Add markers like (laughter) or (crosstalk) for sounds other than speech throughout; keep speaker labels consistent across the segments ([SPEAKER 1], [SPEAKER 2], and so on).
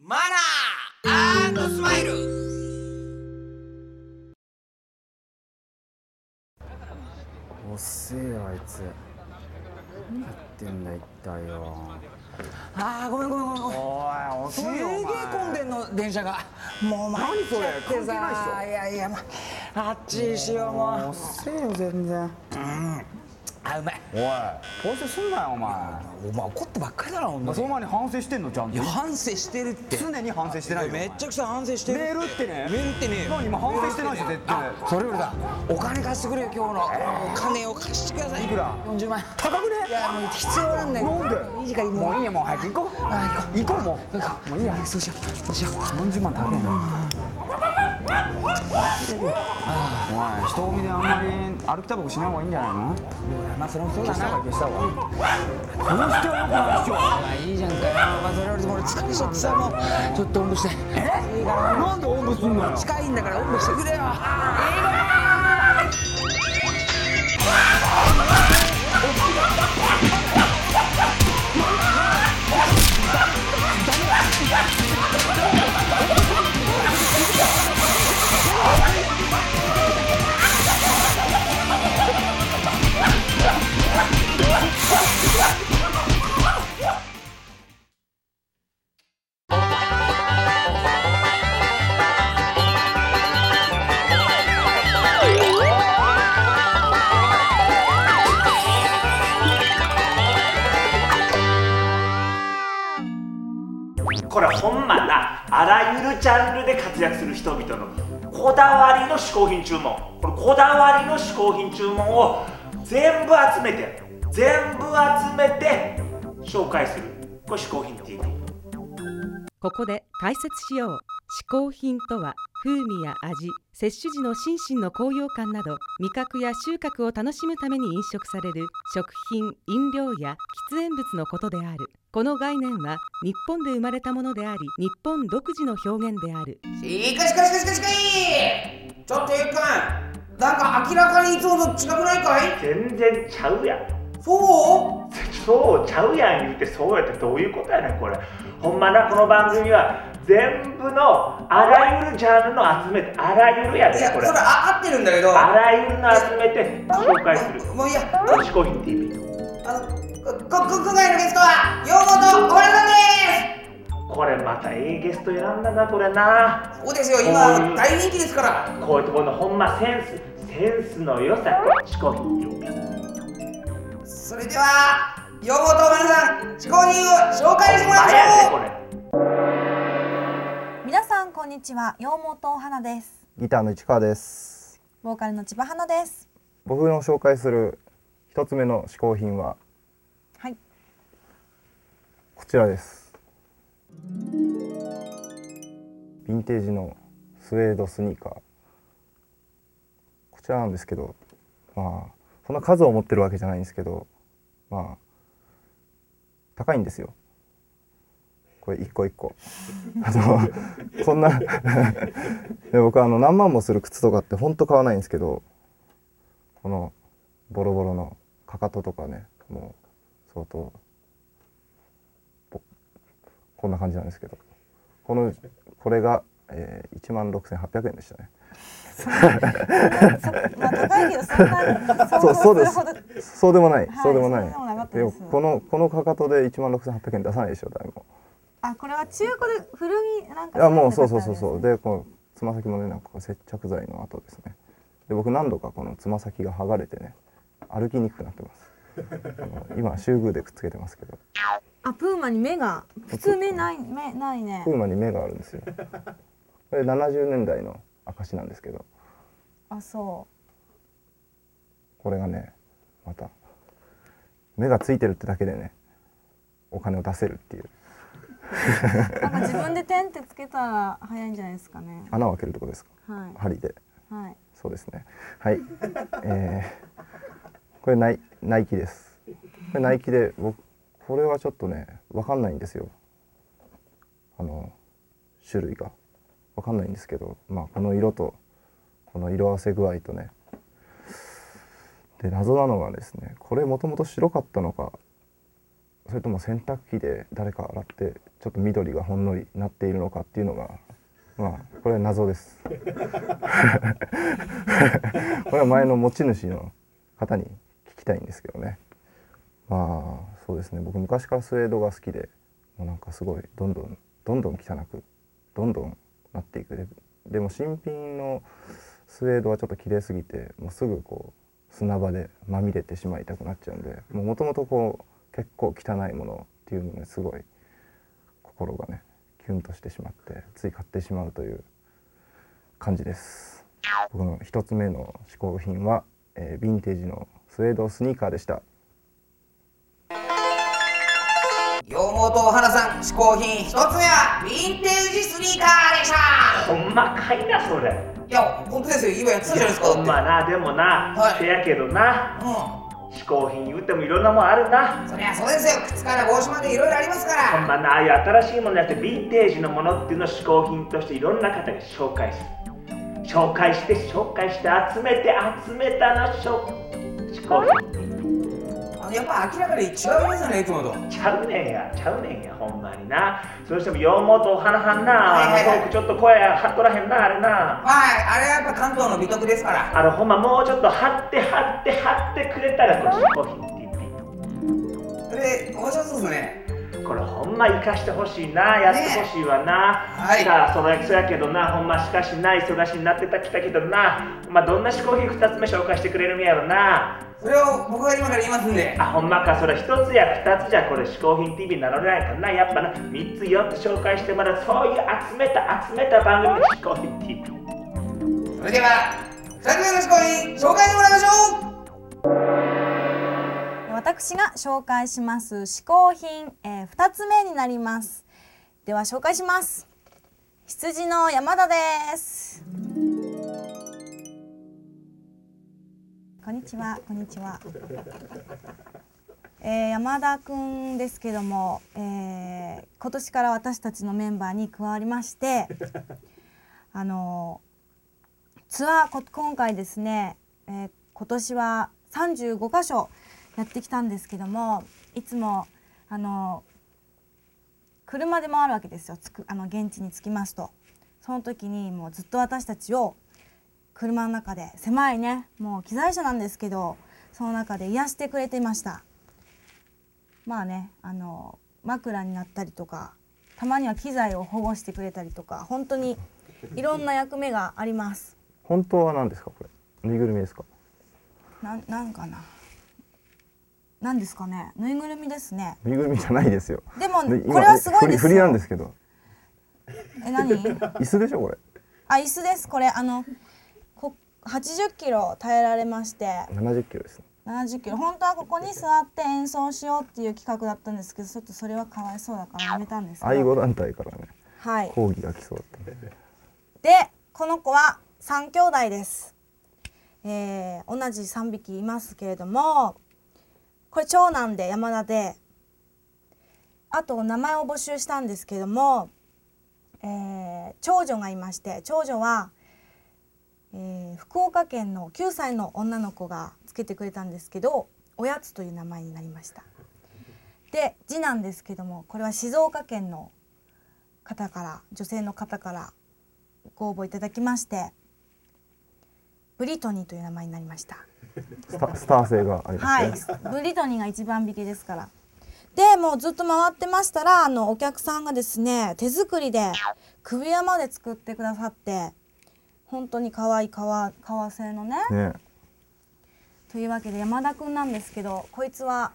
[SPEAKER 1] マナーアンドスマイル
[SPEAKER 2] 遅えよあいつ何やってんだ一体よ
[SPEAKER 1] あーごめんごめんごめんごめん
[SPEAKER 2] おい
[SPEAKER 1] す
[SPEAKER 2] 遅
[SPEAKER 1] げえ混んでんの電車がもう参っちゃ
[SPEAKER 2] 何
[SPEAKER 1] って
[SPEAKER 2] それ関係
[SPEAKER 1] さ
[SPEAKER 2] ない
[SPEAKER 1] やいやまああっちにしようもう
[SPEAKER 2] 遅えよ全然
[SPEAKER 1] あうまい
[SPEAKER 2] おい反省すんなよお前
[SPEAKER 1] お前怒ってばっかりだなほんとに
[SPEAKER 2] そんなに反省してんのちゃん
[SPEAKER 1] い
[SPEAKER 2] と
[SPEAKER 1] や反省してるって
[SPEAKER 2] 常に反省してないよお前
[SPEAKER 1] めっちゃくちゃ反省してる
[SPEAKER 2] メールってね
[SPEAKER 1] メールってねえよ
[SPEAKER 2] 何今反省してないし絶対
[SPEAKER 1] あそれよりだお金貸してくれよ今日のお金を貸してくださいい
[SPEAKER 2] くら
[SPEAKER 1] 40万円
[SPEAKER 2] 高くね
[SPEAKER 1] いやもう必要なんだよ
[SPEAKER 2] なんで
[SPEAKER 1] いい時間にもう
[SPEAKER 2] もういいやもう早く行こう
[SPEAKER 1] あ
[SPEAKER 2] 行こうも
[SPEAKER 1] なんかもういいやそうしようそうしよう
[SPEAKER 2] う40万高いなおい人混みであんまり歩きタバコしない方がいいんじゃないの
[SPEAKER 1] まあそれもそう
[SPEAKER 2] 消
[SPEAKER 1] だ
[SPEAKER 2] した
[SPEAKER 1] な
[SPEAKER 2] 方がいい消した方がいいどうしてよくないっしょ
[SPEAKER 1] まあいいじゃんかよまあそれよりも俺疲れちゃってさもうちょっとおんぶしていいから
[SPEAKER 2] なんでおんぶすんのよ
[SPEAKER 1] 近いんだからおんぶしてくれよ
[SPEAKER 3] これはほんまなあらゆるジャンルで活躍する人々のこだわりの嗜好品注文これこだわりの嗜好品注文を全部集めて全部集めて紹介するこれ嗜好品 TV
[SPEAKER 4] ここで解説しよう。嗜好品とは風味や味、摂取時の心身の高揚感など味覚や収穫を楽しむために飲食される食品、飲料や喫煙物のことである。この概念は日本で生まれたものであり、日本独自の表現である。
[SPEAKER 1] しかしかしかしかしかいちょっとゆっくんなんか明らかにいつもと違くないかい
[SPEAKER 3] 全然ちゃうやん
[SPEAKER 1] そう
[SPEAKER 3] そうちゃうやん言うてそうやってどういうことやねんこれほんまなこの番組は全部のあらゆるジャンルの集めてあらゆるや
[SPEAKER 1] い
[SPEAKER 3] で
[SPEAKER 1] やそ
[SPEAKER 3] こ
[SPEAKER 1] れ
[SPEAKER 3] れあ
[SPEAKER 1] あ合ってるんだけど
[SPEAKER 3] らゆるの集めて紹介する
[SPEAKER 1] もういいや
[SPEAKER 3] これ嗜好品 TV
[SPEAKER 1] あのここ今回のゲストはヨーゴと小林さんです
[SPEAKER 3] これまたええゲスト選んだなこれな
[SPEAKER 1] そうですよ、今
[SPEAKER 3] うん
[SPEAKER 1] 大人気ですから。
[SPEAKER 3] こういうところのほんまセンスセンスの良さ嗜好品っていう
[SPEAKER 1] それでは、ヨゴとマネさん、嗜好品を紹介してもらいまし
[SPEAKER 3] やね
[SPEAKER 1] ょ
[SPEAKER 3] こ
[SPEAKER 1] う。
[SPEAKER 3] れ
[SPEAKER 5] 皆さんこんにちは羊毛とお花です
[SPEAKER 6] ギターの市川です
[SPEAKER 5] ボーカルの千葉花です (laughs)
[SPEAKER 6] 僕の紹介する一つ目の嗜好品は
[SPEAKER 5] はい
[SPEAKER 6] こちらですヴィンテージのスウェードスニーカーこちらなんですけどまあそんな数を持ってるわけじゃないんですけどまあ高いんですよこれ一個一個あのこんな (laughs) で僕あの何万もする靴とかってほんと買わないんですけどこのボロボロのかかととかねもう相当ぼこんな感じなんですけどこのこれが、えー、1万6800円でしたね
[SPEAKER 5] そまあ高いけどそんな
[SPEAKER 6] そうそうで
[SPEAKER 5] ほど
[SPEAKER 6] すそうでもない、
[SPEAKER 5] はい
[SPEAKER 6] そうでもな
[SPEAKER 5] そうでもなかっ
[SPEAKER 6] い
[SPEAKER 5] たです
[SPEAKER 6] このこのかかとで1万6800円出さないでしょ誰も
[SPEAKER 5] あこれは中古で古着なんか
[SPEAKER 6] いやもうそうそうそうそううでこのつま先もねなんかこう接着剤の跡ですねで僕何度かこのつま先が剥がれてね歩きにくくなってますあの今シューグーでくっつけてますけど
[SPEAKER 5] あプーマに目が普通目ない目ないね
[SPEAKER 6] プーマに目があるんですよ。これ70年代の証なんですけど、
[SPEAKER 5] あそ
[SPEAKER 6] これがね、また目がついてるってだけでね、お金を出せるっていう
[SPEAKER 5] うなんか自分で点ってつけたら早いんじゃないですかね
[SPEAKER 6] 穴を開けるとこですか。
[SPEAKER 5] はい
[SPEAKER 6] 針で、
[SPEAKER 5] はい
[SPEAKER 6] そうですね。はい。えー、これナイナイキです。これナイキで僕これはちょっとね、わかんないんですよ。あの種類がわかんないんですけど、まあこの色とこの色合わせ具合とね。で謎なのがですねこれもともと白かったのかそれとも洗濯機で誰か洗ってちょっと緑がほんのりなっているのかっていうのがまあこれは謎ですこ (laughs) れは前の持ち主の方に聞きたいんですけどねまあそうですね僕昔からスウェードが好きでもうなんかすごいどんどんどんどん汚くどんどんなっていくででも新品のスウェードはちょっと綺麗すぎてもうすぐこう砂場でまみれてしまいたくなっちゃうんでもともとこう結構汚いものっていうのにすごい心がねキュンとしてしまってつい買ってしまうという感じです僕の一つ目の嗜好品は、えーヴィンテージのスウェードスニーカーでした
[SPEAKER 1] 羊毛とお花さん嗜好品一つ目はヴィンテージスニーカーでした
[SPEAKER 3] ほんまかいなそれ
[SPEAKER 1] いや本当ですよ今やってたじゃないですかだ
[SPEAKER 3] ほ
[SPEAKER 1] っ
[SPEAKER 3] ん
[SPEAKER 1] て
[SPEAKER 3] まなでもな、
[SPEAKER 1] はい
[SPEAKER 3] せやけどな嗜好品言うてもいろんなもんあるな
[SPEAKER 1] うんそりゃそうですよ靴から帽子までいろいろありますか
[SPEAKER 3] ほ
[SPEAKER 1] ら
[SPEAKER 3] んまなああいう新しいものじゃなくてヴィンテージのものっていうのを嗜好品としていろんな方が紹介する紹介して紹介して集めて集めたのしょ嗜好品
[SPEAKER 1] あのやっぱ明らかに違いますよねいつもと
[SPEAKER 3] ちゃうねんやちゃうねんやほんまになそれしても羊毛とお花はんな
[SPEAKER 1] はい
[SPEAKER 3] あ
[SPEAKER 1] はいはい
[SPEAKER 3] のトークちょっと声張っとらへんなあれな
[SPEAKER 1] はいあれはやっぱ関東の美徳ですから
[SPEAKER 3] あのほんまもうちょっと張って張って張ってくれたらこれ嗜好品って言っていいと思う
[SPEAKER 1] それ面白そうですね
[SPEAKER 3] これほんま生かしてほしいなやってほしいわな、
[SPEAKER 1] はい
[SPEAKER 3] さあそのそやけどなほんましかしない忙しになってたきたけどなまあどんな嗜好品2つ目紹介してくれるんやろな
[SPEAKER 1] それを僕が今から言いますんで
[SPEAKER 3] あほんまかそれ1つや2つじゃこれ嗜好品 TV にならないかなやっぱな3つ4つ紹介してもらうそういう集めた集めた番組の嗜好品 TV
[SPEAKER 1] それでは2つ目の嗜好品紹介してもらいましょう
[SPEAKER 5] 私が紹介します嗜好品、えー、2つ目になりますでは紹介します羊の山田ですこんにちはこんにちは、えー、山田くんですけども、えー、今年から私たちのメンバーに加わりましてあのツアーこ今回ですね、えー今年は35箇所やってきたんですけどもいつもあの車で回るわけですよつくあの現地に着きますとその時にもうずっと私たちを車の中で狭いねもう機材車なんですけどその中で癒してくれていましたまあねあの枕になったりとかたまには機材を保護してくれたりとか本当にいろんな役目があります
[SPEAKER 6] 本当は何ですかこれぬいぐるみですか
[SPEAKER 5] なん、なんかな。なんですかね、ぬいぐるみですね。
[SPEAKER 6] ぬいぐるみじゃないですよ
[SPEAKER 5] でも、
[SPEAKER 6] で今
[SPEAKER 5] これはすごいで
[SPEAKER 6] 振
[SPEAKER 5] す
[SPEAKER 6] り振りな
[SPEAKER 5] よ
[SPEAKER 6] んですけど
[SPEAKER 5] え、何。 (laughs)
[SPEAKER 6] 椅子でしょこれ
[SPEAKER 5] あ、椅子です。これ、あの。こ、八十キロ耐えられまして。
[SPEAKER 6] 70キロですね
[SPEAKER 5] 70キロ、本当はここに座って演奏しようっていう企画だったんですけど、ちょっとそれはかわいそうだからやめたんですけ
[SPEAKER 6] 愛護
[SPEAKER 5] ど。
[SPEAKER 6] 団体からね
[SPEAKER 5] はい。
[SPEAKER 6] 抗議が来そうだった
[SPEAKER 5] で、この子は三兄弟です。えー、同じ三匹いますけれども。これ長男で山田で。あと名前を募集したんですけども。えー、長女がいまして、長女は。えー、福岡県の9歳の女の子がつけてくれたんですけどおやつという名前になりましたで次男ですけどもこれは静岡県の方から女性の方からご応募いただきましてブリトニーという名前になりました
[SPEAKER 6] スタスター性があります
[SPEAKER 5] は
[SPEAKER 6] ね、
[SPEAKER 5] いブリトニーが一番引きですからでもうずっと回ってましたらあのお客さんがですね手作りで首輪まで作ってくださって本当に可愛い革革製のね
[SPEAKER 6] ね
[SPEAKER 5] というわけで山田くんなんですけどこいつは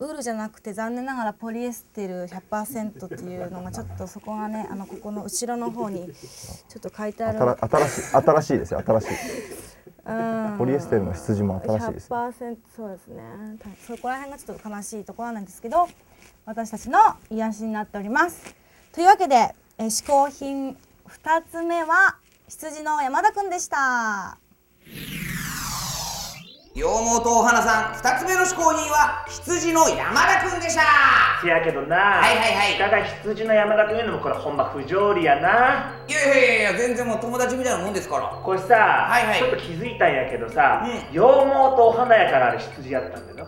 [SPEAKER 5] ウールじゃなくて残念ながらポリエステル100%っていうのがちょっとそこがねあのここの後ろの方にちょっと書いてある
[SPEAKER 6] 新新しい新しいですよ新しい
[SPEAKER 5] うん
[SPEAKER 6] ポリエステルの羊も新しいですよ
[SPEAKER 5] 100%そうですねたそこら辺がちょっと悲しいところなんですけど私たちの癒しになっておりますというわけでえー嗜好品2つ目は羊の山田くんでした
[SPEAKER 1] 羊毛とお花さん2つ目の嗜好品は羊の山田くんでした
[SPEAKER 3] せやけどな、
[SPEAKER 1] はいはいはい
[SPEAKER 3] ただ羊の山田君言うのもこれほんま不条理やない
[SPEAKER 1] やいやいや全然もう友達みたいなもんですから
[SPEAKER 3] これさ、
[SPEAKER 1] いはい
[SPEAKER 3] ちょっと気づいたんやけどさ、
[SPEAKER 1] うん
[SPEAKER 3] 羊毛とお花やからあれ羊やったんだよ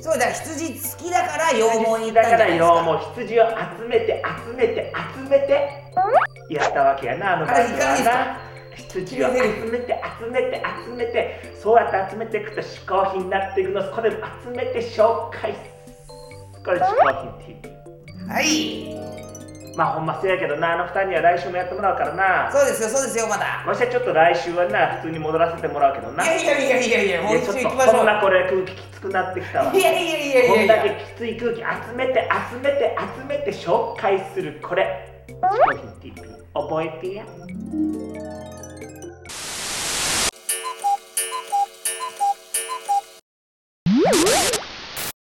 [SPEAKER 7] そうだ羊好きだから羊毛に行った
[SPEAKER 3] だ
[SPEAKER 7] ん
[SPEAKER 3] か
[SPEAKER 7] じゃない
[SPEAKER 3] ら
[SPEAKER 7] です
[SPEAKER 3] よ
[SPEAKER 7] か
[SPEAKER 3] もう羊を集めて集めて集めてやったわけやなあの
[SPEAKER 7] あれ
[SPEAKER 3] バンド
[SPEAKER 7] いか
[SPEAKER 3] はな羊を集めて集めて集めてそうやって集めていくと嗜好品になっていくのこれ集めて紹介これ嗜好品っていう
[SPEAKER 7] はい
[SPEAKER 3] まあほんまそうやけどなあの二人には来週もやってもらうからな
[SPEAKER 7] そうですよそうですよまだ
[SPEAKER 3] わしはちょっと来週はな普通に戻らせてもらうけどな
[SPEAKER 7] や
[SPEAKER 3] い
[SPEAKER 7] いやいやいやいやもう一
[SPEAKER 3] ちょっ
[SPEAKER 7] 周
[SPEAKER 3] と
[SPEAKER 7] 行きまし
[SPEAKER 3] こ
[SPEAKER 7] ょ
[SPEAKER 3] ん
[SPEAKER 7] う
[SPEAKER 3] なこれ空気きつくなってきたわ
[SPEAKER 7] いやいやいやい
[SPEAKER 3] こ
[SPEAKER 7] や
[SPEAKER 3] ん
[SPEAKER 7] い
[SPEAKER 3] だ
[SPEAKER 7] や
[SPEAKER 3] けきつい空気集めて集めて集めて紹介するこれ嗜好品 TP 覚えてや